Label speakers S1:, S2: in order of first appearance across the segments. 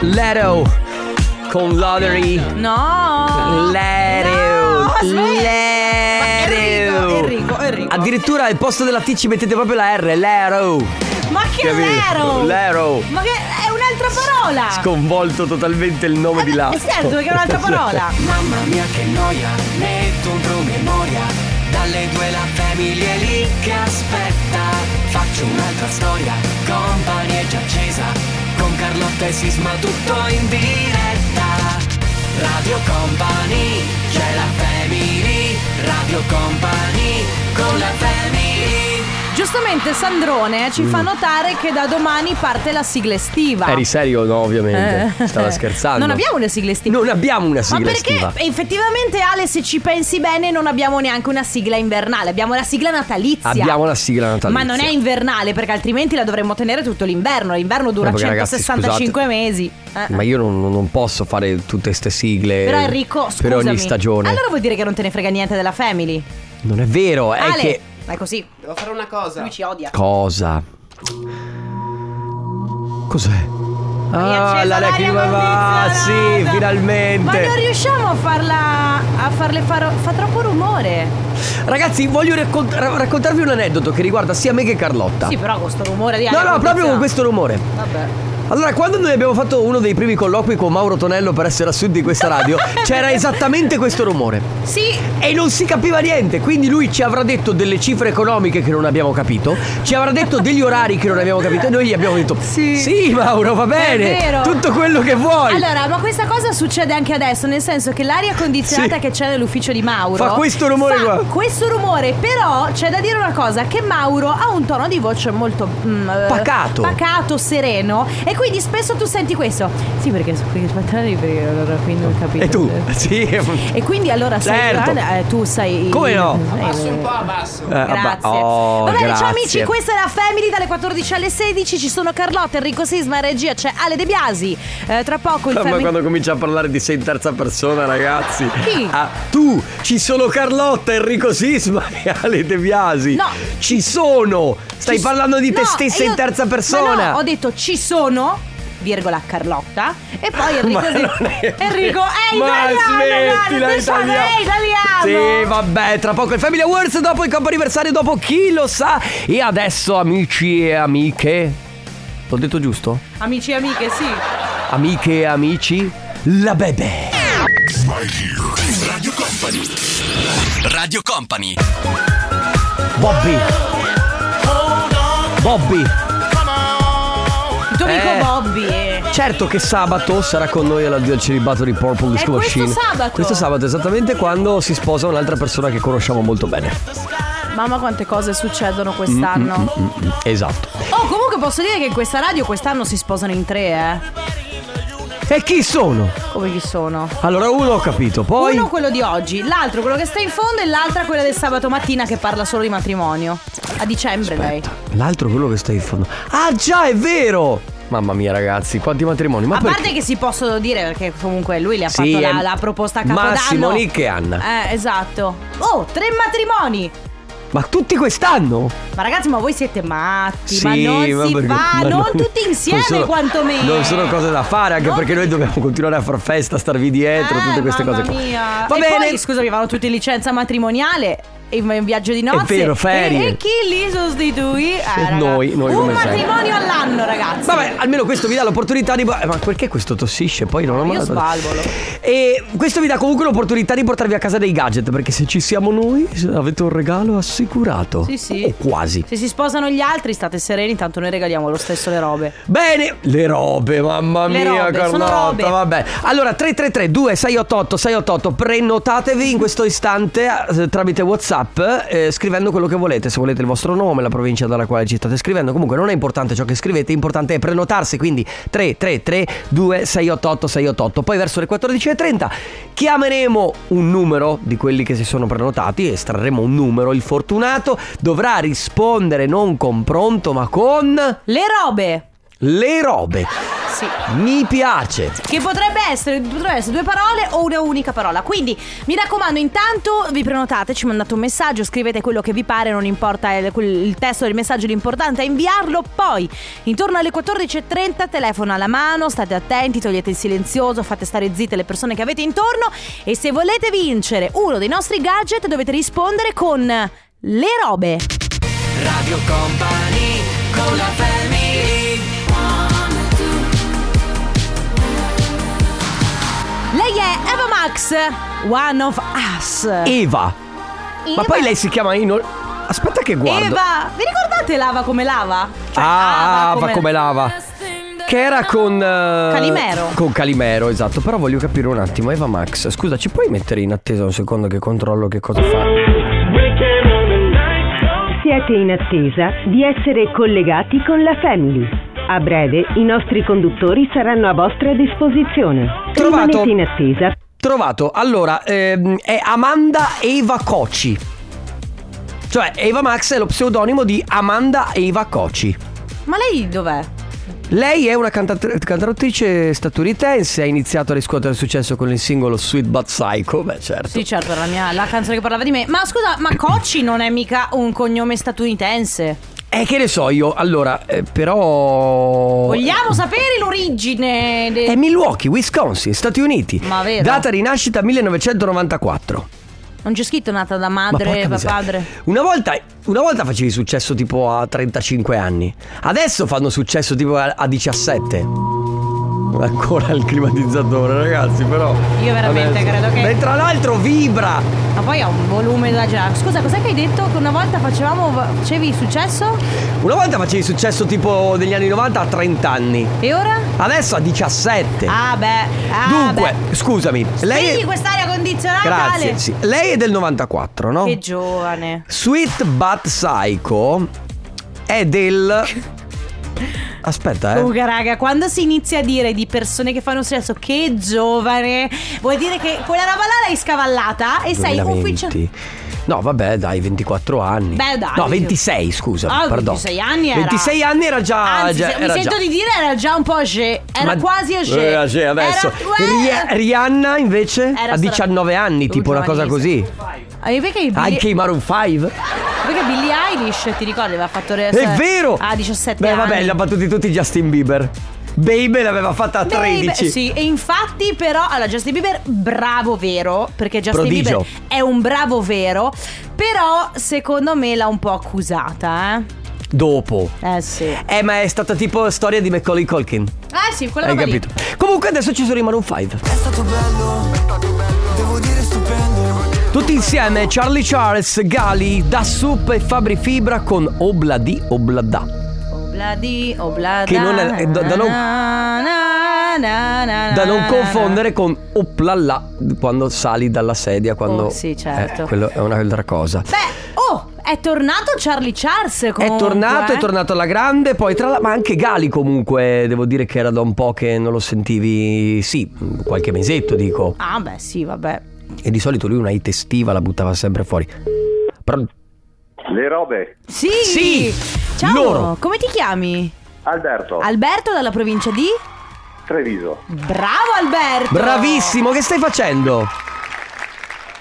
S1: Leto con Lottery.
S2: No!
S1: Lereo.
S2: No, aspetta.
S1: Lereo.
S2: Ma Enrico, Enrico, Enrico.
S1: Addirittura al posto della T ci mettete proprio la R, Lero.
S2: Ma che
S1: Capito?
S2: Lero!
S1: Lero.
S2: Ma che è un'altra parola!
S1: Sconvolto totalmente il nome di là. Esatto.
S2: Eh, certo, perché è un'altra parola!
S3: Mamma mia che noia, metto un promemoria Dalle due la famiglia è lì che aspetta Faccio un'altra storia, company è già accesa Con Carlotta e Sisma tutto in diretta Radio Company, c'è la family Radio Company, con la family
S2: Giustamente Sandrone ci fa notare che da domani parte la sigla estiva.
S1: Mm. Eri serio? No, ovviamente.
S2: Eh.
S1: Stava scherzando.
S2: Non abbiamo le sigle estive.
S1: Non abbiamo una sigla
S2: Ma perché
S1: estiva.
S2: effettivamente Ale se ci pensi bene non abbiamo neanche una sigla invernale, abbiamo la sigla natalizia.
S1: Abbiamo la sigla natalizia.
S2: Ma non è invernale perché altrimenti la dovremmo tenere tutto l'inverno. L'inverno dura
S1: No, perché, ragazzi,
S2: 165
S1: scusate,
S2: mesi. Eh.
S1: Ma io non, non posso fare tutte queste sigle.
S2: Però Enrico, scusami.
S1: Eh, Per ogni stagione.
S2: Allora vuol dire che non te ne frega niente della family.
S1: Non è vero, è
S2: Ale,
S1: che.
S2: è così. Devo fare una cosa. Lui ci odia.
S1: Cosa? Cos'è?
S2: Hai acceso l'aria
S1: Ah, va,
S2: condizionata.
S1: sì,
S2: Ma
S1: finalmente.
S2: non riusciamo a farla a farle far fa troppo rumore.
S1: Ragazzi, voglio raccont- ra- raccontarvi un aneddoto che riguarda sia me che Carlotta.
S2: Sì, però questo rumore di
S1: Ah. no,
S2: aria
S1: no, proprio con
S2: condizionata.
S1: questo rumore.
S2: Vabbè.
S1: Allora, quando noi abbiamo fatto uno dei primi colloqui con Mauro Tonello per essere assunti di questa radio, c'era esattamente questo rumore.
S2: Sì,
S1: E non si capiva niente, quindi lui ci avrà detto delle cifre economiche che non abbiamo capito, ci avrà detto degli orari che non abbiamo capito e noi gli abbiamo detto
S2: Sì.
S1: Mauro, va bene,
S2: vero."
S1: tutto quello che vuoi.
S2: Allora, ma questa cosa succede anche adesso, nel senso che l'aria condizionata
S1: Sì.
S2: che c'è nell'ufficio di Mauro
S1: Fa questo rumore
S2: fa
S1: qua.
S2: Questo rumore, però c'è da dire una cosa che Mauro ha un tono di voce molto mm, eh,
S1: Pacato.
S2: pacato, sereno e quindi spesso tu senti questo. Sì, perché sono qui che sbattere perché allora qui non capito.
S1: E tu? Sì. Eh,
S2: E quindi allora
S1: Certo.
S2: sai, eh, tu sai
S1: Come no?
S2: Eh,
S3: abbasso
S1: Eh, vabbè,
S2: Grazie.
S1: oh,
S2: Va bene, ciao
S1: grazie.
S2: amici, questa è la Family dalle 14 alle 16. Ci sono Carlotta, Enrico Sisma, in regia, c'è Ale De Biasi. Eh, tra poco il
S1: Ma
S2: Family.
S1: quando comincia a parlare di sé in terza persona, ragazzi.
S2: Chi?
S1: Ah, tu, ci sono Carlotta, Enrico Sisma e Ale De Biasi.
S2: No.
S1: Ci sono. Stai
S2: Ci-
S1: parlando di te
S2: No,
S1: stessa
S2: io-
S1: in terza
S2: ma
S1: persona.
S2: no, ho detto ci sono, virgola Carlotta, e poi Enrico.
S1: Ma non è vero.
S2: Enrico, ehi,
S1: Ma
S2: italiano,
S1: smettila,
S2: guarda, sono
S1: italiano.
S2: è italiano.
S1: Sì, vabbè, tra poco il Family Awards, dopo il campo anniversario, dopo chi lo sa. E adesso, amici e amiche. L'ho detto giusto?
S2: Amici e amiche, sì.
S1: Amiche e amici, la bebè.
S3: Radio Company Radio Company
S1: Bobby. Bobby.
S2: Il tuo amico
S1: Eh.
S2: Bobby. eh.
S1: Certo che sabato sarà con noi all'addio al celibato di Purple Disco
S2: È questo
S1: Machine.
S2: sabato?
S1: Questo sabato, esattamente quando si sposa un'altra persona che conosciamo molto bene.
S2: Mamma, quante cose succedono quest'anno.
S1: Mm, Esatto.
S2: Oh, comunque posso dire che in questa radio quest'anno si sposano in tre,
S1: E chi sono?
S2: eh. Come chi sono?
S1: Allora, uno ho capito, poi.
S2: Uno quello di oggi, l'altro quello che sta in fondo e l'altra quella del sabato mattina che parla solo di matrimonio. A dicembre lei.
S1: L'altro quello che sta in fondo. Ah già, è vero! Mamma mia, ragazzi, quanti matrimoni? Ma
S2: A
S1: perché?
S2: parte che si possono dire perché comunque lui le ha
S1: Sì,
S2: fatto la,
S1: è
S2: la proposta a Capodanno.
S1: Massimo, Nick e Anna.
S2: Eh, esatto. Oh, tre matrimoni.
S1: Ma tutti quest'anno?
S2: Ma ragazzi, ma voi siete matti, ma non
S1: ma
S2: si
S1: perché-
S2: fa,
S1: ma
S2: non,
S1: no-
S2: tutti insieme
S1: non sono-
S2: quantomeno.
S1: Non sono cose da fare, anche
S2: Non
S1: perché noi dobbiamo continuare a far festa, starvi dietro,
S2: Eh,
S1: tutte queste
S2: mamma
S1: cose qua.
S2: Mia.
S1: Va
S2: e
S1: bene.
S2: Poi, scusami, vanno tutti in licenza matrimoniale. e In in viaggio di nozze
S1: vero, ferie.
S2: E, e chi li sostituì? Eh, raga,
S1: Noi, noi
S2: Un
S1: come sempre.
S2: matrimonio all'anno ragazzi
S1: Vabbè, almeno questo vi dà l'opportunità di. eh, Ma perché questo tossisce? Poi non ho mai
S2: Io
S1: dato-
S2: sbalvolo.
S1: E questo vi dà comunque l'opportunità di portarvi a casa dei gadget. Perché se ci siamo noi, avete un regalo assicurato.
S2: Sì, sì.
S1: O quasi.
S2: Se si sposano gli altri state sereni Tanto noi regaliamo lo stesso le robe
S1: Bene, le robe, mamma
S2: Le
S1: mia,
S2: robe, sono robe.
S1: Carlotta, vabbè. Allora 333 2688 688 prenotatevi in questo istante eh, tramite WhatsApp eh, scrivendo quello che volete, se volete il vostro nome, la provincia dalla quale ci state scrivendo. Comunque non è importante ciò che scrivete, importante è prenotarsi, quindi 333 2688 688. Poi verso le 14:30 chiameremo un numero di quelli che si sono prenotati, estrarremo un numero, il fortunato dovrà rispondere non con pronto, ma con
S2: Le robe
S1: le robe.
S2: Sì.
S1: Mi piace.
S2: Che potrebbe essere, potrebbe essere due parole o una unica parola. Quindi mi raccomando, intanto vi prenotate, ci mandate un messaggio, scrivete quello che vi pare, non importa il, quel- il testo del messaggio, l'importante è inviarlo. Poi, intorno alle 14.30, telefono alla mano, state attenti, togliete il silenzioso, fate stare zitte le persone che avete intorno. E se volete vincere uno dei nostri gadget, dovete rispondere con le robe.
S3: Radio Company con la family
S2: Lei è Eva Max, One of Us.
S1: Eva. Ma
S2: Eva.
S1: poi lei si chiama Ino. Aspetta che guardo.
S2: Eva, vi ricordate lava come lava? Cioè,
S1: Ah,
S2: Ava
S1: va come lava. Che era con eh,
S2: Calimero.
S1: Con Calimero, esatto. Però voglio capire un attimo, Eva Max. Scusa, ci puoi mettere in attesa un secondo che controllo che cosa fa?
S4: Siete in attesa di essere collegati con la Family. A breve i nostri conduttori saranno a vostra disposizione.
S1: Trovato.
S4: Rimanete in attesa.
S1: Trovato. Allora, ehm, è Amanda Eva Coci. Cioè, Eva Max è lo pseudonimo di Amanda Eva Coci.
S2: Ma lei dov'è?
S1: Lei è una cantat- cantautrice statunitense, ha iniziato a riscuotere successo con il singolo Sweet But Psycho, beh certo.
S2: Sì, certo, era la, mia, la canzone che parlava di me. Ma scusa, ma Cocci non è mica un cognome statunitense.
S1: Eh, che ne so io, allora, eh, però...
S2: Vogliamo sapere l'origine de-
S1: È Milwaukee, Wisconsin, Stati Uniti.
S2: Ma vero?
S1: Data di nascita 1994.
S2: Non c'è scritto nata da
S1: Ma porca
S2: madre, da
S1: miseria.
S2: padre.
S1: Una volta, una volta facevi successo tipo a 35 anni. Adesso fanno successo tipo a, a 17. Ancora il climatizzatore, ragazzi, però.
S2: Io veramente
S1: Vabbè,
S2: credo che-
S1: Beh, tra l'altro vibra!
S2: Ma poi ha un volume da già. Scusa, cos'è che hai detto? Che una volta facevamo. facevi successo?
S1: Una volta facevi successo tipo degli anni 90 a 30 anni.
S2: E ora?
S1: Adesso a 17.
S2: Ah, beh. Ah,
S1: Eh. Dunque,
S2: beh.
S1: scusami, lei.
S2: Spegni quest'aria condizionata,
S1: Grazie,
S2: Ale.
S1: sì. oh. Lei è del 94, no?
S2: Che giovane.
S1: Sweet But Psycho è del. Aspetta, eh.
S2: Luca, raga, quando si inizia a dire di persone che fanno sesso che giovane, vuol dire che quella roba là l'hai scavallata e sei
S1: 2020.
S2: ufficialmente.
S1: No, vabbè, dai, 24 anni.
S2: Beh, dai.
S1: No, 26, scusa.
S2: Ah,
S1: pardon.
S2: 26 anni era.
S1: 26 anni era già.
S2: Anzi,
S1: Ah, già-
S2: se- mi
S1: era
S2: sento
S1: già.
S2: di dire era già un po' ge, era
S1: Ma-
S2: quasi ge.
S1: Eh, sì, adesso.
S2: Era,
S1: Ri- Rihanna invece
S2: Era
S1: a 19
S2: stra-
S1: anni,
S2: Uh,
S1: tipo una cosa così.
S2: Eh, perché, Billie,
S1: Anche i Maroon 5?
S2: Eh, perché Billie Eilish, ti ricordi, aveva fatto re-
S1: È vero!
S2: A 17
S1: Beh,
S2: Ah, anni.
S1: vabbè, li ha battuti tutti Justin Bieber. Baby l'aveva fatta a
S2: Baby-
S1: 13.
S2: sì, e infatti però allora Justin Bieber bravo vero, perché Justin
S1: Prodigio.
S2: Bieber è un bravo vero, però secondo me l'ha un po' accusata, eh.
S1: Dopo.
S2: Eh sì.
S1: Eh, ma è stata tipo storia di Macaulay Culkin.
S2: Ah sì, quella
S1: Hai
S2: roba lì.
S1: capito? Comunque adesso ci sono i Maroon 5. Tutti insieme Charlie Charles, Gali, Da Soup e Fabri Fibra con Obla di Oblada.
S2: Obladi, oblada.
S1: Che non è- è da- da non-
S2: oh, na, na, na, na,
S1: Da non
S2: na,
S1: confondere con Oplala quando sali dalla sedia quando
S2: Oh, sì, certo.
S1: Eh, quello è un'altra cosa.
S2: na. Beh, oh, è tornato Charlie Charles comunque,
S1: È tornato,
S2: eh.
S1: è tornato alla grande, poi tra l'altro, ma anche Gali comunque, devo dire che era da un po' che non lo sentivi, sì, qualche mesetto dico.
S2: Ah beh, sì, vabbè.
S1: E di solito lui una hit estiva la buttava sempre fuori. Però
S5: Le robe.
S2: Sì!
S1: Sì,
S2: Ciao,
S1: loro.
S2: come ti chiami?
S5: Alberto,
S2: Alberto dalla provincia di
S5: Treviso.
S2: Bravo Alberto!
S1: Bravissimo, che stai facendo?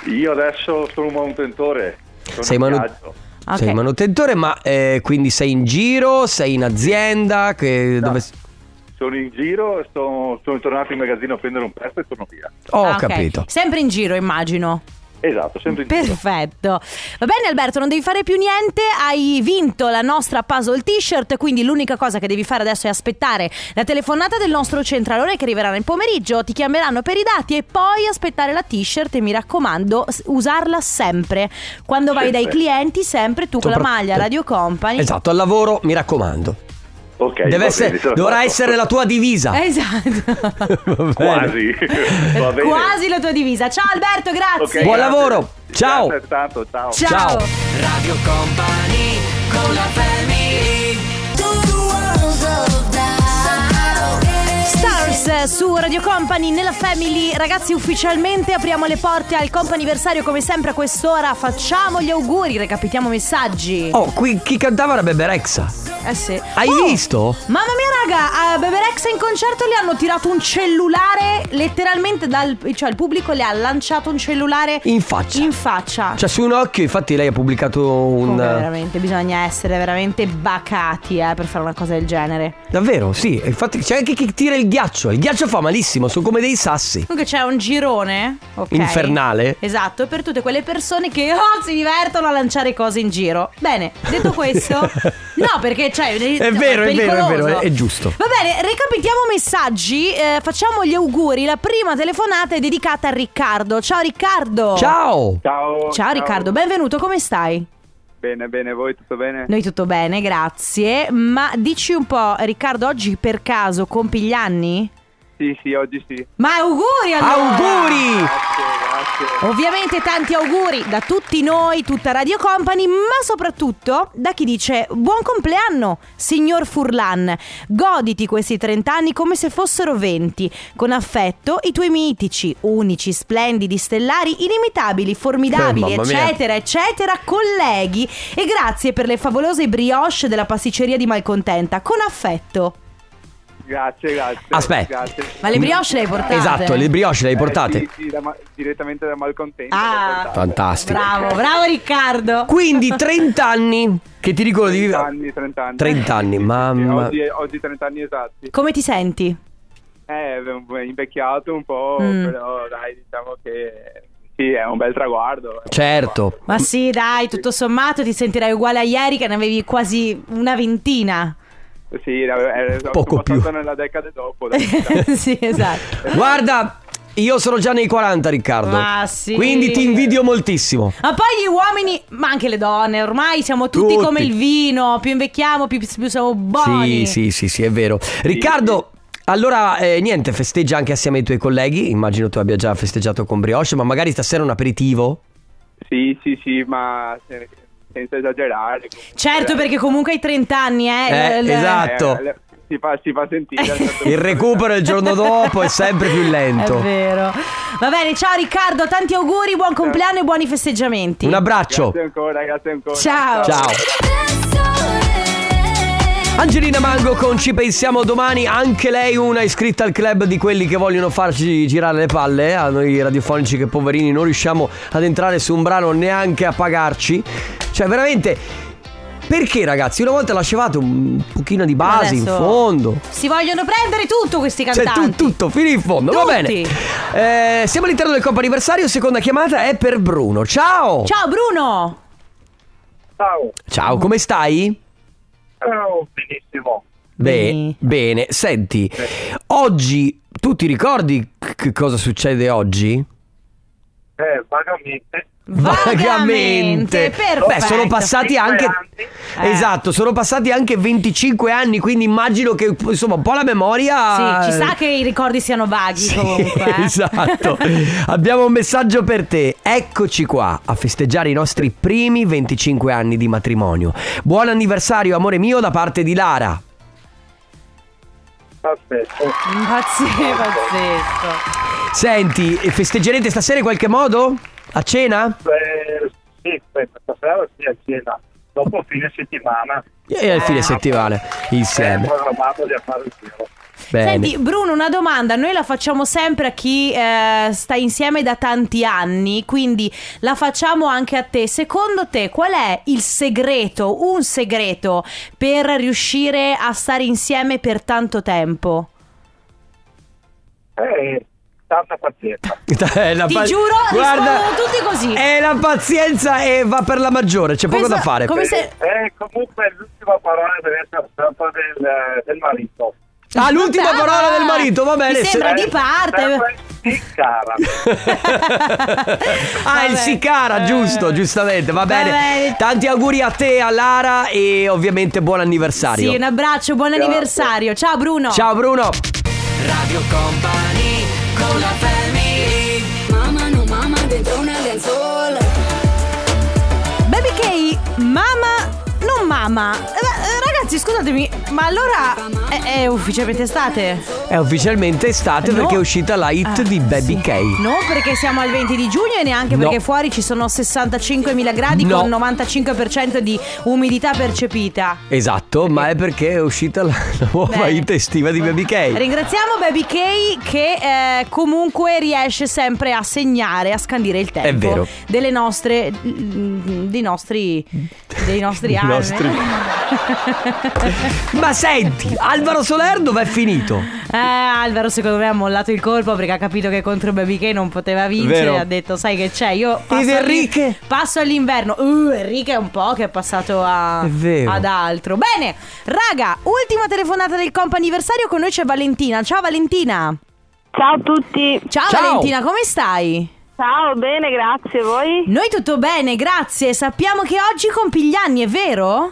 S5: Io adesso sono un manutentore. Sono
S1: Sei
S5: in
S1: manu-
S5: viaggio.
S2: Ok.
S1: Sei manutentore, ma eh, quindi sei in giro, sei in azienda, che
S5: No.
S1: dove...
S5: Sono in giro, sono, sono tornato in magazzino a prendere un pezzo e torno via.
S1: Ho
S2: Ah, ok.
S1: capito.
S2: Sempre in giro, immagino.
S5: Esatto, sempre in giro.
S2: Perfetto. Va bene Alberto, non devi fare più niente, hai vinto la nostra puzzle t-shirt, quindi l'unica cosa che devi fare adesso è aspettare la telefonata del nostro centralone che arriverà nel pomeriggio, ti chiameranno per i dati e poi aspettare la t-shirt e mi raccomando s- usarla sempre. Quando vai
S5: Sempre.
S2: dai clienti, sempre tu con la
S1: Sopra-
S2: maglia Radio Company.
S1: Esatto, al lavoro mi raccomando.
S5: Ok, va
S1: Deve
S5: bene,
S1: essere-
S5: ce la
S1: dovrà
S5: faccio.
S1: essere la tua divisa.
S2: Eh, Esatto.
S1: Va bene.
S5: Quasi. va bene.
S2: Quasi la tua divisa. Ciao Alberto,
S5: Ok,
S2: grazie.
S1: Buon
S5: grazie.
S1: lavoro. Ciao.
S5: Grazie tanto, ciao.
S1: Ciao.
S3: Radio Company con la family
S2: Stars eh, su Radio Company nella Family. Ragazzi, ufficialmente apriamo le porte al comp'anniversario come sempre a quest'ora. Facciamo gli auguri, recapitiamo messaggi.
S1: Oh, qui chi cantava era Bebe Rexha.
S2: Eh sì.
S1: Hai
S2: Oh,
S1: visto?
S2: Mamma mia raga, a Bebe Rexha in concerto le hanno tirato un cellulare letteralmente dal cioè il pubblico le ha lanciato un cellulare
S1: In faccia.
S2: In faccia.
S1: Cioè, su un occhio, infatti, lei ha pubblicato un. eh,
S2: Comunque, veramente bisogna essere veramente bacati eh, per fare una cosa del genere.
S1: Davvero, sì. Infatti, c'è anche chi tira il ghiaccio. Il ghiaccio fa malissimo, sono come dei sassi.
S2: Comunque c'è un girone ok?
S1: Infernale.
S2: Esatto, per tutte quelle persone che oh, si divertono a lanciare cose in giro. Bene, detto questo, no, perché cioè,
S1: È vero, è vero, è vero,
S2: pericoloso.
S1: è giusto.
S2: Va bene, recapitiamo messaggi, eh, facciamo gli auguri. La prima telefonata è dedicata a Riccardo. Ciao Riccardo.
S1: Ciao!
S5: Ciao.
S2: Ciao Riccardo, benvenuto, come stai?
S5: Bene, bene, voi tutto bene?
S2: Noi tutto bene, grazie. Ma dici un po', Riccardo, oggi per caso compi gli anni?
S5: Sì, sì, oggi sì.
S2: Ma auguri allora!
S1: Auguri!
S5: Grazie, grazie.
S2: Ovviamente tanti auguri da tutti noi, tutta Radio Company, ma soprattutto da chi dice buon compleanno, signor Furlan. Goditi questi 30 anni come se fossero 20. Con affetto i tuoi mitici, unici, splendidi, stellari, inimitabili, formidabili,
S1: Eh, mamma mia.
S2: eccetera, eccetera, colleghi. E grazie per le favolose brioche della pasticceria di Malcontenta. Con affetto.
S5: Grazie, grazie.
S1: Aspetta.
S5: Grazie.
S2: Ma le brioche le hai portate?
S1: Esatto, le brioche le hai
S5: Eh,
S1: portate.
S5: sì, sì, da ma- direttamente da Malcontento. le ho
S2: Ah,
S5: portate.
S1: Fantastico.
S2: Bravo, bravo Riccardo.
S1: Quindi 30 anni che ti dicono di
S5: 30
S1: vivere.
S5: anni, 30 anni.
S1: 30 anni,
S5: Sì, sì, sì,
S1: mamma.
S5: Oggi, oggi 30 anni esatti.
S2: Come ti senti?
S5: Eh, è invecchiato un po',
S2: Mm.
S5: però dai, diciamo che sì, è un bel traguardo. è un
S1: Certo.
S2: Ma sì, dai, tutto sommato ti sentirai uguale a ieri che ne avevi quasi una ventina.
S5: bel traguardo. Sì, è, è
S1: Poco
S5: sono passato
S1: più.
S5: nella decade dopo. dai, dai.
S2: sì, esatto.
S1: Guarda, io sono già nei 40, Riccardo.
S2: Ma Ah, sì.
S1: Quindi ti invidio moltissimo.
S2: Ma poi gli uomini, ma anche le donne, ormai siamo tutti,
S1: Tutti.
S2: come il vino, più invecchiamo, più, più siamo buoni.
S1: Sì, sì, sì, sì, è vero. Riccardo, allora eh, niente, festeggia anche assieme ai tuoi colleghi. Immagino tu abbia già festeggiato con brioche, ma magari stasera un aperitivo.
S5: sì, sì, sì, ma se- senza esagerare. comunque,
S2: Certo,
S5: dai.
S2: perché comunque hai 30 anni, eh.
S1: Eh,
S2: l- l-
S1: esatto.
S5: Eh, le- si, fa, si fa sentire. al certo
S1: Il
S5: punto.
S1: recupero il giorno dopo è sempre più
S2: È
S1: lento.
S2: vero. Va bene, ciao Riccardo, tanti auguri, buon compleanno e buoni festeggiamenti.
S1: Un abbraccio.
S5: Grazie ancora, grazie ancora.
S2: Ciao.
S1: Ciao. Angelina Mango con Ci pensiamo domani, anche lei una iscritta al club di quelli che vogliono farci girare le palle, a noi radiofonici che poverini non riusciamo ad entrare su un brano neanche a pagarci. Cioè veramente, perché ragazzi? Una volta lasciavate un pochino di base in
S2: Adesso
S1: fondo.
S2: Si vogliono prendere tutto questi
S1: Cioè
S2: cantanti.
S1: tu- tutto, fino in fondo, va
S2: Tutti.
S1: bene. Eh, siamo all'interno del Coppa Anniversario, seconda chiamata è per Bruno. Ciao!
S2: Ciao Bruno.
S5: Ciao.
S1: Ciao, come stai?
S5: Ciao, benissimo.
S1: Beh,
S2: Bene.
S1: bene, senti, oggi tu ti ricordi c- che cosa succede oggi?
S5: Eh, vagamente.
S2: Vagamente, perfetto. Eh.
S1: Beh, sono passati anche
S2: anni.
S1: Esatto, sono passati anche 25 anni, quindi immagino che insomma un po' la memoria
S2: Sì, ci sa che i ricordi siano vaghi
S1: Ah, eh. Sì,
S2: comunque. eh.
S1: esatto. Abbiamo un messaggio per te. Eccoci qua a festeggiare i nostri primi 25 anni di matrimonio. Buon anniversario, amore mio, da parte di Lara.
S5: Aspetta.
S2: Pazzesco, pazzesco.
S1: Senti, festeggerete stasera in qualche modo? A cena?
S5: Eh, sì, questa sera sì a cena. Dopo fine settimana
S1: E Eh, al fine settimana
S5: è
S1: insieme.
S5: programmato di fare il giro.
S1: Bene.
S2: Senti, Bruno, una domanda. Noi la facciamo sempre a chi eh, sta insieme da tanti anni, quindi la facciamo anche a te. Secondo te, qual è il segreto, un segreto per riuscire a stare insieme per tanto tempo?
S5: Eh, tanta pazienza.
S1: È la
S2: Ti
S1: pa-
S2: giuro, rispondono tutti così.
S1: È la pazienza e va per la maggiore, c'è poco
S2: Questo-
S1: da fare.
S2: come se-
S5: Eh, comunque l'ultima parola deve essere sempre del, del marito.
S1: Ah, l'ultima
S2: Brava!
S1: parola del marito, va bene.
S2: Mi sembra
S1: se-
S2: di
S5: Eh,
S2: parte.
S5: sempre sì, Eh, cara.
S1: ah, il
S2: Vabbè.
S1: Sicara, giusto,
S2: Eh.
S1: giustamente, va
S2: Va
S1: bene.
S2: bene.
S1: Tanti auguri a te, a Lara e ovviamente buon anniversario.
S2: Sì, un abbraccio, buon anniversario. Ciao Bruno.
S1: Ciao Bruno.
S3: Radio Company con la family
S6: Mamma no mamma dentro una lenzuola
S2: Baby K, mamma, non mamma. Eh, eh, Ragazzi, scusatemi, ma allora è, è ufficialmente estate?
S1: È ufficialmente estate
S2: No.
S1: perché è uscita la hit
S2: Ah,
S1: di Baby
S2: sì.
S1: K.
S2: Non perché siamo al 20 di giugno e neanche
S1: No.
S2: perché fuori ci sono 65.000 gradi
S1: No.
S2: con 95% di umidità percepita.
S1: Esatto, ma è perché è uscita la nuova
S2: Beh.
S1: hit estiva di Baby K.
S2: Ringraziamo Baby K che eh, comunque riesce sempre a segnare, a scandire il tempo
S1: vero.
S2: delle nostre mm, dei nostri dei nostri
S1: Dei
S2: anni.
S1: nostri- Ma senti, Alvaro Soler dov'è finito?
S2: Eh, Alvaro secondo me ha mollato il colpo perché ha capito che contro Baby K non poteva vincere.
S1: Vero.
S2: Ha detto sai che c'è, io passo,
S1: Ed
S2: all'in-
S1: Enrique?
S2: passo all'inverno. Uh, Enrique è un po' che è passato a-
S1: È vero.
S2: ad altro. Bene, raga, ultima telefonata del comp anniversario con noi c'è Valentina. Ciao Valentina.
S7: Ciao a tutti,
S2: Ciao,
S1: Ciao.
S2: Valentina, come stai?
S7: ciao, bene, grazie, voi?
S2: Noi tutto bene, grazie. Sappiamo che oggi compi gli anni, è vero?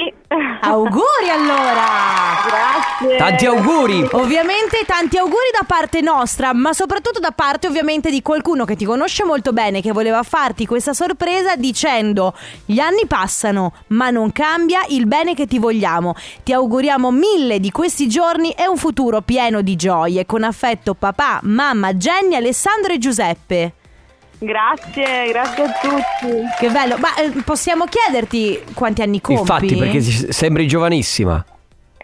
S7: Sì.
S2: Auguri allora!
S7: grazie.
S1: Tanti auguri!
S2: Ovviamente tanti auguri da parte nostra, ma soprattutto da parte ovviamente di qualcuno che ti conosce molto bene, che voleva farti questa sorpresa dicendo gli anni passano, ma non cambia il bene che ti vogliamo. Ti auguriamo mille di questi giorni e un futuro pieno di gioie. Con affetto papà, mamma, Jenny, Alessandro e Giuseppe.
S7: Grazie, grazie a tutti.
S2: Che bello, ma eh, possiamo chiederti quanti anni compi?
S1: Infatti, perché si- sembri giovanissima.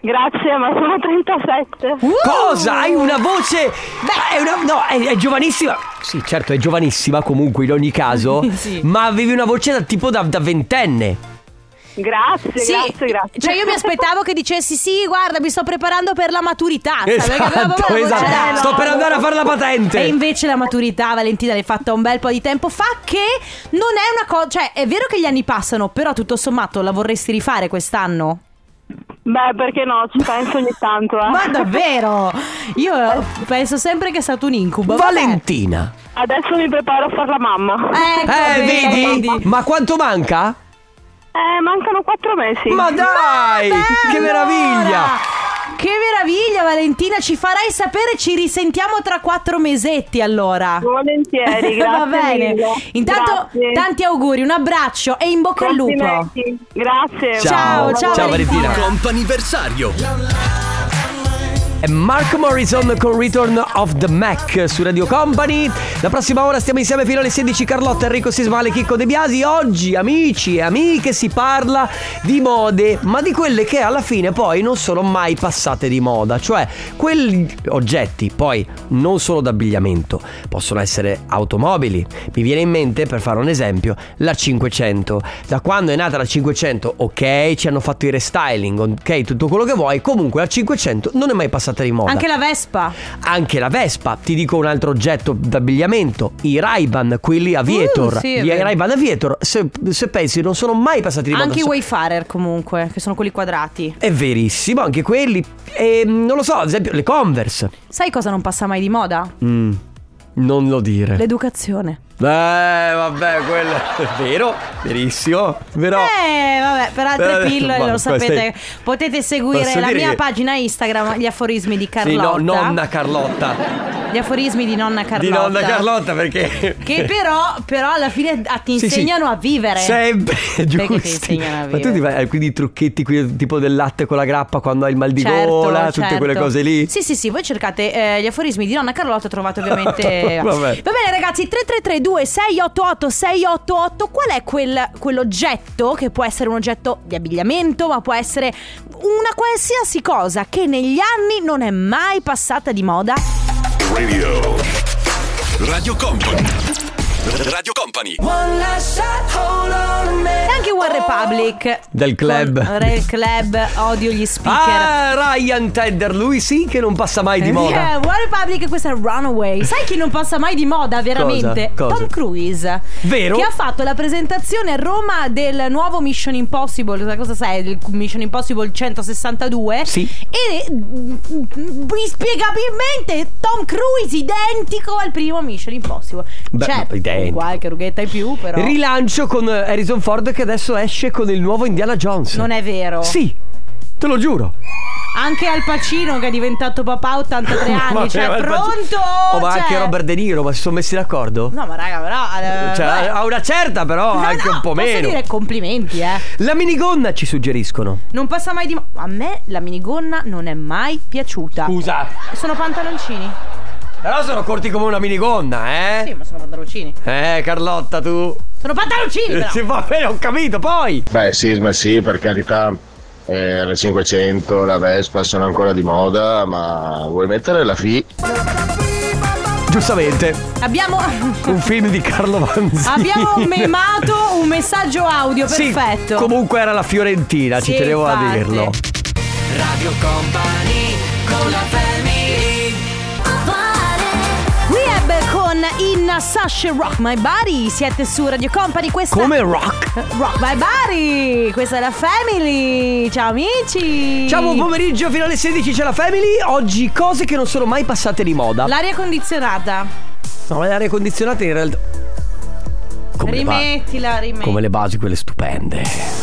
S7: Grazie, ma sono 37.
S2: Uh!
S1: Cosa? Hai una voce. Beh, è una- no, è, è giovanissima. Sì, certo, è giovanissima comunque in ogni caso.
S2: Sì.
S1: Ma avevi una voce da tipo da, da ventenne.
S7: Grazie,
S2: Sì,
S7: grazie, grazie.
S2: cioè io mi aspettavo che dicessi sì, guarda, mi sto preparando per la maturità. sai, Ah, perché avevo
S1: Esatto,
S2: proprio la voce
S1: esatto.
S2: da-
S1: Sto per andare a fare la patente.
S2: E invece la maturità, Valentina, l'hai fatta un bel po' di tempo fa che non è una cosa, cioè è vero che gli anni passano, però tutto sommato la vorresti rifare quest'anno?
S7: Beh, perché no, ci penso ogni tanto. eh.
S2: Ma davvero? Io penso sempre che è stato un incubo. boh, vabbè.
S1: Valentina.
S7: Adesso mi preparo a far la mamma.
S2: Ecco,
S1: Eh,
S2: vedi?
S1: vedi? Ma quanto manca?
S7: Eh, mancano quattro mesi.
S1: Ma dai!
S2: Beh,
S1: che
S2: allora!
S1: meraviglia!
S2: Che meraviglia Valentina, ci farai sapere, ci risentiamo tra quattro mesetti allora.
S7: Volentieri, grazie.
S2: Va bene.
S7: mille.
S2: Intanto
S7: Grazie.
S2: tanti auguri, un abbraccio e in bocca al lupo.
S7: Complimenti. Grazie.
S2: Ciao, ciao,
S1: ciao Valentina.
S2: Valentina.
S1: È Marco Morrison con Return of the Mac su Radio Company. La prossima ora stiamo insieme fino alle 16. Carlotta, Enrico Sismale, Chicco De Biasi. Oggi, amici e amiche, si parla di mode, ma di quelle che alla fine poi non sono mai passate di moda. Cioè, quegli oggetti, poi non solo d'abbigliamento, possono essere automobili. Mi viene in mente, per fare un esempio, la 500. Da quando è nata la 500, ok, ci hanno fatto i restyling, ok, tutto quello che vuoi. Comunque la 500 non è mai passata di moda.
S2: Anche la Vespa.
S1: Anche la Vespa, ti dico un altro oggetto d'abbigliamento, i Ray-Ban, quelli a Vietor.
S2: Uh, sì, è
S1: gli
S2: vero.
S1: Ray-Ban a Vietor, se, se pensi, non sono mai passati di moda.
S2: Anche i
S1: So-
S2: Wayfarer comunque, che sono quelli quadrati.
S1: È verissimo, anche quelli. E, non lo so, ad esempio le Converse.
S2: Sai cosa non passa mai di moda?
S1: Mm, non lo dire.
S2: L'educazione.
S1: Eh, vabbè, quello è vero, verissimo. Però.
S2: Eh, vabbè, per
S1: Però-
S2: altre pillole
S1: ma
S2: lo
S1: questa è-
S2: sapete. Potete seguire
S1: Posso
S2: la
S1: dire
S2: mia
S1: che-
S2: pagina Instagram, gli aforismi di
S1: Sì,
S2: Carlotta.
S1: no, nonna Carlotta.
S2: Gli aforismi di nonna Carlotta.
S1: Di nonna Carlotta perché.
S2: Che però, però alla fine ah, ti
S1: Sì, sì.
S2: insegnano a vivere.
S1: Sempre
S2: ti
S1: giusti.
S2: insegnano
S1: Ma
S2: a
S1: tu
S2: vivere.
S1: ti fai hai quindi i trucchetti qui, tipo del latte con la grappa quando hai il mal di
S2: Certo,
S1: gola, tutte
S2: certo.
S1: quelle cose lì.
S2: Sì, sì, sì, voi cercate eh, gli aforismi di nonna Carlotta, trovate ovviamente. Va
S1: Vabbè.
S2: bene, ragazzi, 3332 688 688, qual è quel, quell'oggetto che può essere un oggetto di abbigliamento, ma può essere una qualsiasi cosa che negli anni non è mai passata di moda?
S8: Radio Company. Radio Company.
S2: E anche One Republic.
S1: Del club.
S2: Con Real Club, odio gli speaker.
S1: Ah, Ryan Tedder, lui sì che non passa mai di moda.
S2: Eh, Yeah, One Republic, questa è Runaway. Sai chi non passa mai di moda, veramente?
S1: Cosa? Cosa?
S2: Tom Cruise.
S1: Vero?
S2: Che ha fatto la presentazione a Roma del nuovo Mission Impossible. sai Cosa sai? Il Mission Impossible 162.
S1: Sì.
S2: E mm, mm, inspiegabilmente Tom Cruise identico al primo Mission Impossible.
S1: Beh,
S2: C'è
S1: no, identico.
S2: qualche rughetta in più, però.
S1: Rilancio con eh, Harrison Ford che adesso esce con il nuovo Indiana Jones.
S2: non è vero.
S1: Sì, te lo giuro.
S2: Anche Al Pacino che è diventato papà a 83 anni, cioè
S1: Al Pacino-
S2: pronto?
S1: Oh, ma
S2: Cioè-
S1: anche Robert De Niro, ma si sono messi d'accordo?
S2: No, ma raga, però eh,
S1: Cioè,
S2: vabbè.
S1: a una certa però,
S2: No,
S1: anche
S2: no,
S1: un po'
S2: posso
S1: meno.
S2: dire complimenti, eh.
S1: La minigonna ci suggeriscono.
S2: Non passa mai di mo- A me la minigonna non è mai piaciuta.
S1: Scusa.
S2: Sono pantaloncini.
S1: Però sono corti come una minigonna, eh?
S2: Sì, ma sono pantaloncini.
S1: Eh, Carlotta, tu.
S2: Sono pantaloncini, però.
S1: Si va bene, ho capito, poi.
S9: Beh, Sisma sì, per carità, eh, la 500, la Vespa sono ancora di moda, ma vuoi mettere la FI?
S1: Giustamente,
S2: Abbiamo
S1: un film di Carlo Vanzini.
S2: Abbiamo memato un messaggio audio
S1: Sì,
S2: perfetto.
S1: comunque era la Fiorentina, ci
S2: Sì,
S1: tenevo a
S2: infatti.
S1: dirlo.
S3: Radio Company con la family
S2: Rehab con Inna Sash Rock My Body. Siete su Radio Company. Questa
S1: Come rock.
S2: Rock My Body. Questa è la Family. Ciao amici.
S1: Ciao, buon pomeriggio, fino alle 16 c'è la Family. Oggi cose che non sono mai passate di moda.
S2: L'aria condizionata.
S1: No, ma le aree condizionate in realtà. Come le, ba-
S2: rimettila, rimettila.
S1: come le basi, quelle stupende.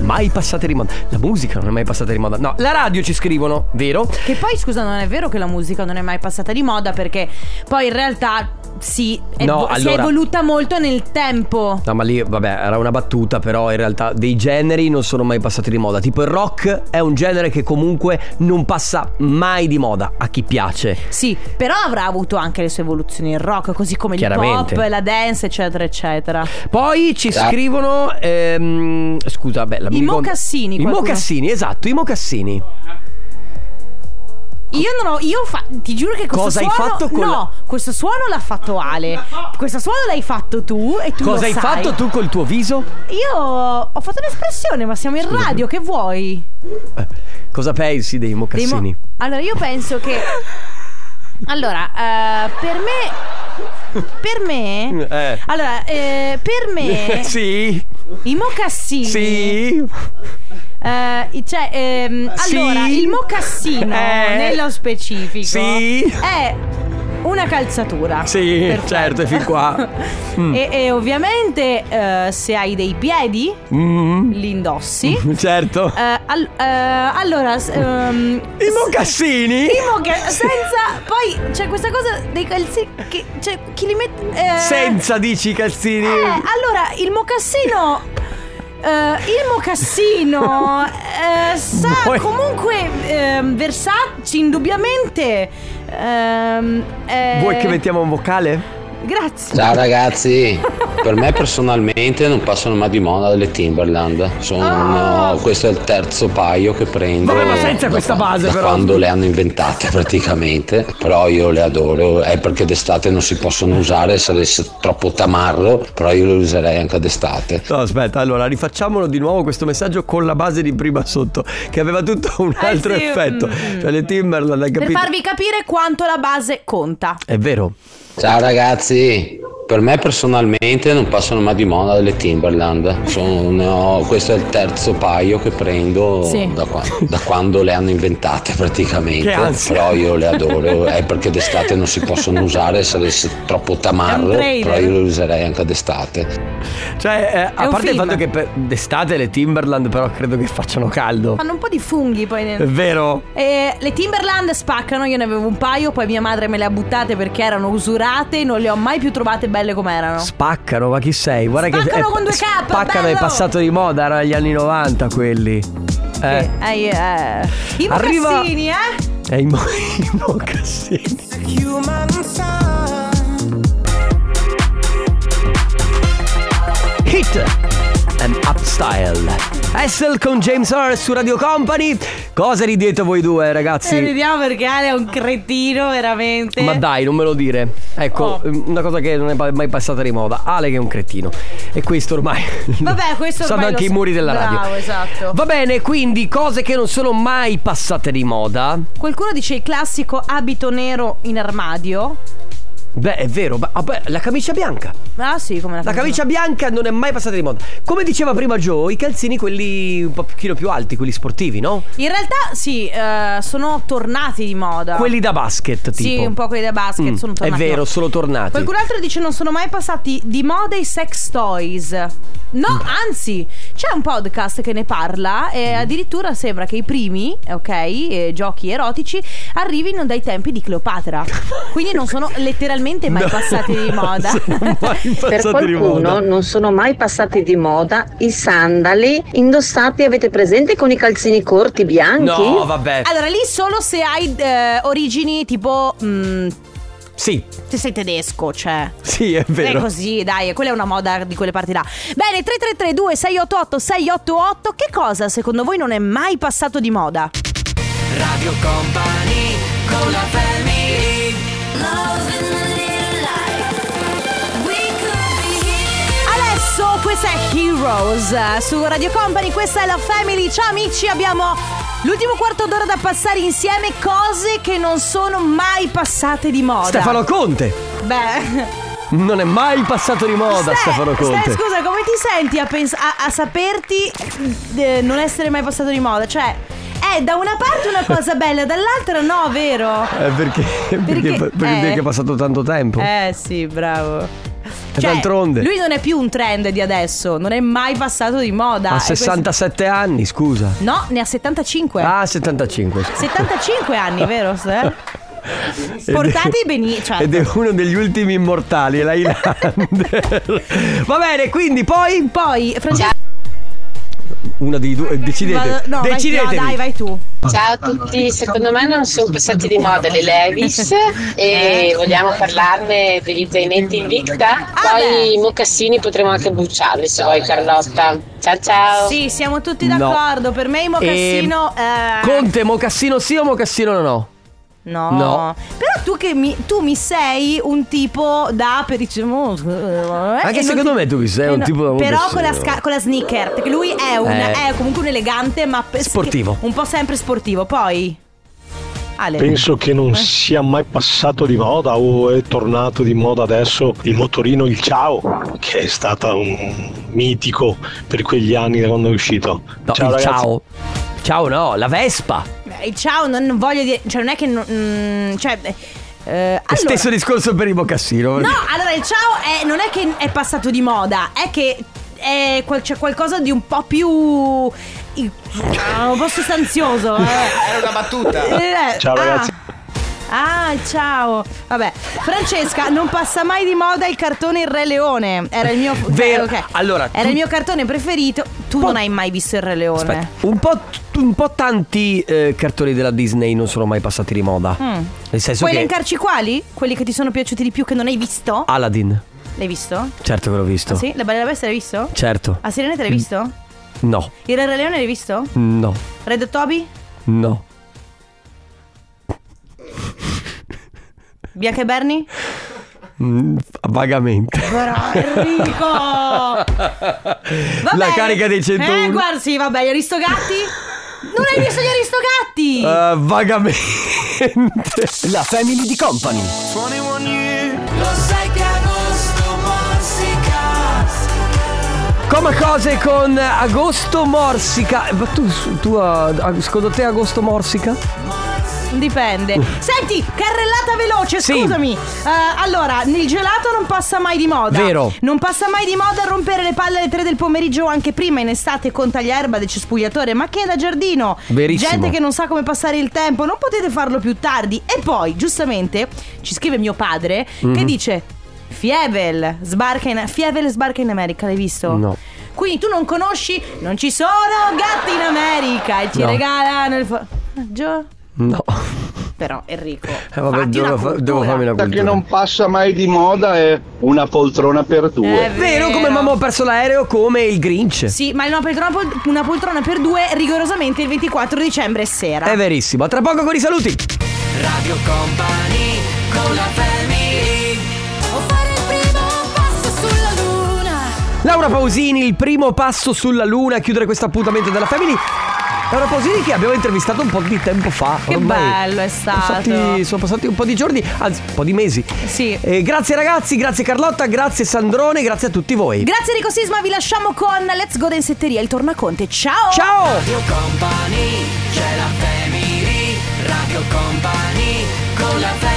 S1: Mai passate di moda. La musica non è mai passata di moda. No, la radio ci scrivono, vero?
S2: Che poi scusa, non è vero che la musica non è mai passata di moda perché poi in realtà si è,
S1: No,
S2: si è
S1: allora-
S2: evoluta molto nel tempo.
S1: No, ma lì, vabbè, era una battuta, però in realtà dei generi non sono mai passati di moda. Tipo il rock è un genere che comunque non passa mai di moda a chi piace.
S2: Sì, però avrà avuto anche le sue evoluzioni il rock, così come il pop,
S1: Chiaramente.
S2: la dance, eccetera, eccetera.
S1: Poi ci scrivono. ehm, scusa, beh, la
S2: I
S1: minigonna-
S2: mocassini,
S1: I
S2: qualcuno.
S1: mocassini, esatto, i mocassini.
S2: Io non ho. Io fa- ti giuro che questo
S1: Cosa hai
S2: suono.
S1: fatto con
S2: no, questo suono l'ha fatto Ale. Questo suono l'hai fatto tu e tu
S1: Cosa
S2: lo
S1: hai
S2: sai.
S1: fatto tu col tuo viso?
S2: Io ho fatto un'espressione, ma siamo in radio, che vuoi?
S1: Cosa pensi dei
S2: Dei mo-
S1: mocassini?
S2: allora, io penso che. Allora, eh, per me. Per me.
S1: Eh.
S2: Allora, eh, per me.
S1: sì,
S2: I mocassini.
S1: sì.
S2: Eh, cioè, ehm,
S1: Sì.
S2: allora, il mocassino
S1: Eh.
S2: nello specifico
S1: Sì.
S2: è una calzatura.
S1: Sì, Mm.
S2: Perfetto.
S1: certo, è fin qua.
S2: E, e ovviamente eh, se hai dei piedi,
S1: Mm,
S2: li indossi.
S1: certo.
S2: Eh, al- eh, allora, s- ehm,
S1: I mocassini?
S2: i moca- senza. Poi c'è questa cosa dei calzi. Che, cioè, chi li mette. eh,
S1: Senza dici i calzini?
S2: eh, allora, il mocassino. eh, il mocassino eh, sa
S1: Vuoi-
S2: comunque ehm, versarci indubbiamente. ehm, eh,
S1: Vuoi che mettiamo un vocale?
S2: Grazie.
S10: Ciao ragazzi, per me personalmente non passano mai di moda delle Timberland. Sono-
S2: Oh.
S10: questo è il terzo paio che prendo.
S1: Ah. Vabbè, ma senza
S10: da-
S1: questa base,
S10: da
S1: però.
S10: Quando le hanno inventate praticamente, però io le adoro. È perché d'estate non si possono usare, sarei troppo tamarro, però io le userei anche d'estate.
S1: No, aspetta, allora rifacciamolo di nuovo questo messaggio con la base di prima sotto, che aveva tutto un
S2: Eh,
S1: altro
S2: sì,
S1: effetto.
S2: mm.
S1: Cioè, le Timberland, hai
S2: Per
S1: capito?
S2: farvi capire quanto la base conta.
S1: È vero.
S10: Ciao ragazzi, per me personalmente non passano mai di moda delle Timberland. Sono- questo è il terzo paio che prendo
S2: Sì.
S10: da, qua- da quando le hanno inventate
S1: Che
S10: praticamente.
S1: ansia.
S10: Però io le adoro, è perché d'estate non si possono usare, sarei troppo
S2: È un
S10: tamarro,
S2: trailer.
S10: però io le userei anche d'estate.
S1: Cioè, eh, a
S2: un
S1: parte il
S2: film.
S1: fatto che per- d'estate le Timberland però credo che facciano caldo.
S2: Fanno un po' di funghi poi
S1: È
S2: nel...
S1: vero?
S2: E le Timberland spaccano, io ne avevo un paio, poi mia madre me le ha buttate perché erano usurate, non le ho mai più trovate belle come erano.
S1: Spaccano, ma chi sei? Guarda
S2: Spaccano
S1: che eh,
S2: con due K,
S1: Spaccano
S2: bello!
S1: è passato di moda, era gli anni 90 quelli. Eh,
S2: Eh, eh, I
S1: Arriva-
S2: mocassini, eh?
S1: è i, mo- i mocassini. Hit and Upstyle. Essel con James R su Radio Company. Cosa ridete voi due,
S2: Eh,
S1: ragazzi?
S2: Vediamo perché Ale è un cretino, veramente.
S1: Ma dai, non me lo dire. Ecco,
S2: Oh.
S1: una cosa che non è pa- mai passata di moda. Ale che è un cretino. E questo ormai.
S2: Vabbè, questo
S1: Sono
S2: ormai
S1: anche
S2: lo
S1: i
S2: so-
S1: muri della radio.
S2: Bravo, esatto.
S1: Va bene, quindi cose che non sono mai passate di moda.
S2: Qualcuno dice il classico abito nero in armadio.
S1: Beh, è vero, ma- ah, beh, la camicia bianca.
S2: Ah sì, come la
S1: La camicia bianca non è mai passata di moda. Come diceva prima Joe, i calzini quelli un po' pochino più alti, quelli sportivi, no?
S2: In realtà sì, eh, sono tornati di moda.
S1: Quelli da basket, tipo.
S2: Sì, un po' quelli da basket
S1: Mm,
S2: sono
S1: È
S2: tornati.
S1: vero, sono tornati.
S2: Qualcun altro dice non sono mai passati di moda i sex toys. No,
S1: Mm.
S2: anzi, c'è un podcast che ne parla e addirittura sembra che i primi, ok, eh, giochi erotici arrivino dai tempi di Cleopatra. Quindi non sono letteralmente mai
S1: No,
S2: passati di moda.
S1: sono mai
S11: Per
S1: passati di moda.
S11: qualcuno non sono mai passati di moda i sandali indossati, avete presente, con i calzini corti bianchi?
S1: No, vabbè.
S2: Allora lì solo se hai eh, origini tipo mm,
S1: Sì,
S2: se sei tedesco, cioè.
S1: sì, è
S2: Non è
S1: vero.
S2: così, dai, quella è una moda di quelle parti là. Bene, 3332 688 688, che cosa secondo voi non è mai passato di moda?
S3: Radio Company con la family
S2: Adesso questa è Heroes eh, su Radio Company, questa è la Family. Ciao amici, abbiamo l'ultimo quarto d'ora da passare insieme, cose che non sono mai passate di moda.
S1: Stefano Conte.
S2: Beh.
S1: Non è mai passato di moda,
S2: Ste-
S1: Stefano
S2: Ste,
S1: Conte.
S2: scusa, come ti senti a, pens- a- a saperti eh, non essere mai passato di moda? Cioè, è da una parte una cosa bella, dall'altra no, vero?
S1: Eh, perché? Perché,
S2: Perché-
S1: perché
S2: eh.
S1: è passato tanto tempo.
S2: Eh sì, bravo. Cioè,
S1: E d'altronde.
S2: Lui non è più un trend di adesso, non è mai passato di moda.
S1: ha
S2: E questo-
S1: 67 anni, scusa.
S2: No, ne ha 75.
S1: Ah, 75. scusa.
S2: 75 anni, vero? Ste?
S1: Ed è-
S2: Portati benissimo. Cioè,
S1: Ed è uno degli ultimi immortali, è la Highlander. Va bene, quindi poi
S2: Poi, Francesco.
S1: una dei due decidete.
S2: Vado- no, vai-
S1: Decidetevi.
S2: no, dai, vai tu.
S12: Ciao a tutti, secondo me non sono passati di moda le Levis e vogliamo parlarne degli zainetti Invicta.
S2: Ah,
S12: Poi i mocassini potremo anche bruciarli se vuoi Carlotta. Ciao ciao.
S2: Sì, siamo tutti
S1: No.
S2: d'accordo. Per me il mocassino. eh,
S1: Ehm, Conte mocassino sì o mocassino no?
S2: No.
S1: No.
S2: Però tu che mi, tu mi sei un tipo da per eh, Anche
S1: Anche secondo me tu chi sei un tipo da
S2: eh, Però
S1: mocassino.
S2: con la, sca- con la sneaker. perché Lui è, un,
S1: Eh.
S2: è comunque un elegante, ma pe-
S1: Sportivo.
S2: Un po' sempre sportivo. Poi. Ale.
S13: Penso che
S2: Eh.
S13: non sia mai passato di moda o è tornato di moda adesso il motorino Il Ciao, che è stato un mitico per quegli anni da quando è uscito.
S1: No, il
S13: ragazzi.
S1: ciao. Ciao no, la Vespa.
S2: Beh, il Eh, ciao, non, non voglio dire. Cioè, non è che. non- mm, cioè. eh,
S1: E
S2: allora-
S1: Stesso discorso per il mocassino.
S2: No, allora il ciao è- non è che è passato di moda, è che è qual- c'è qualcosa di un po' più. ah, un po' sostanzioso. eh. Era una battuta.
S3: Ciao, ragazzi.
S2: Ah, ciao. Vabbè, Francesca, non passa mai di moda il cartone Il Re Leone. Era il mio.
S1: Vero.
S2: eh, ok.
S1: Allora,
S2: Era
S1: tu-
S2: il mio cartone preferito. Tu non hai mai visto Il Re Leone.
S1: Aspetta, un po', t- un po' tanti eh, cartoni della Disney non sono mai passati di moda.
S2: Mm.
S1: Nel senso
S2: Puoi
S1: che Ah.
S2: elencarci quali? Quelli che ti sono piaciuti di più che non hai visto?
S1: Aladdin,
S2: L'hai visto?
S1: certo che l'ho visto.
S2: Ah, sì? Ah, La Bella e la Bestia l'hai visto?
S1: Certo.
S2: A Sirenetta l'hai visto?
S1: No,
S2: Il Re Leone l'hai visto?
S1: no,
S2: Red Toby?
S1: no.
S2: Bianca e Bernie?
S1: Mm, vagamente.
S2: Enrico! Vabbè.
S1: La carica dei 101.
S2: Eh, guarda, sì, vabbè, gli Aristogatti? Non hai visto gli
S1: Eh,
S2: Aristogatti?
S1: vagamente. La family di company.
S3: 21 years Lo sai che agosto morsica
S1: Come cose con Agosto Morsica. Eh, Ma tu, tu ah, secondo te Agosto Morsica?
S2: Dipende. Senti, carrellata veloce, scusami. Eh, allora, il gelato non passa mai di moda.
S1: Vero.
S2: Non passa mai di moda rompere le palle alle 3 del pomeriggio o anche prima in estate con tagliaerba del cespugliatore, ma che è da giardino.
S1: Verissimo.
S2: Gente che non sa come passare il tempo, non potete farlo più tardi. E poi, giustamente, ci scrive mio padre che
S1: Mhm.
S2: dice Fievel sbarca in Fievel sbarca in America, l'hai visto?
S1: No.
S2: Quindi tu non conosci, non ci sono gatti in America e ci
S1: No.
S2: regalano il fo- Ah, Gio?
S1: No.
S2: Però Enrico,
S1: Eh, vabbè,
S2: fatti
S1: devo
S2: Ah, una
S1: fa-
S2: cultura.
S1: devo farmi una cultura.
S14: Che non passa mai di moda è una poltrona per due.
S2: È
S1: Vero come mamma ho perso l'aereo come il Grinch.
S2: Sì, ma una poltrona, una poltrona per due rigorosamente il 24 dicembre sera.
S1: È verissimo. A tra poco con i saluti.
S3: Radio Company con la family
S1: Laura Pausini, il primo passo sulla luna a chiudere questo appuntamento della Family. Raposini che abbiamo intervistato un po' di tempo fa.
S2: Che
S1: ormai
S2: bello è
S1: sono
S2: stato.
S1: passati- sono passati un po' di giorni, anzi un po' di mesi.
S2: Sì.
S1: Eh, grazie ragazzi, grazie Carlotta, grazie Sandrone, grazie a tutti voi.
S2: Grazie Rico Sisma, vi lasciamo con Let's Go Densetteria, il tornaconte. Ciao!
S1: Ciao!
S3: Radio Company, c'è la family, Radio Company, con la family.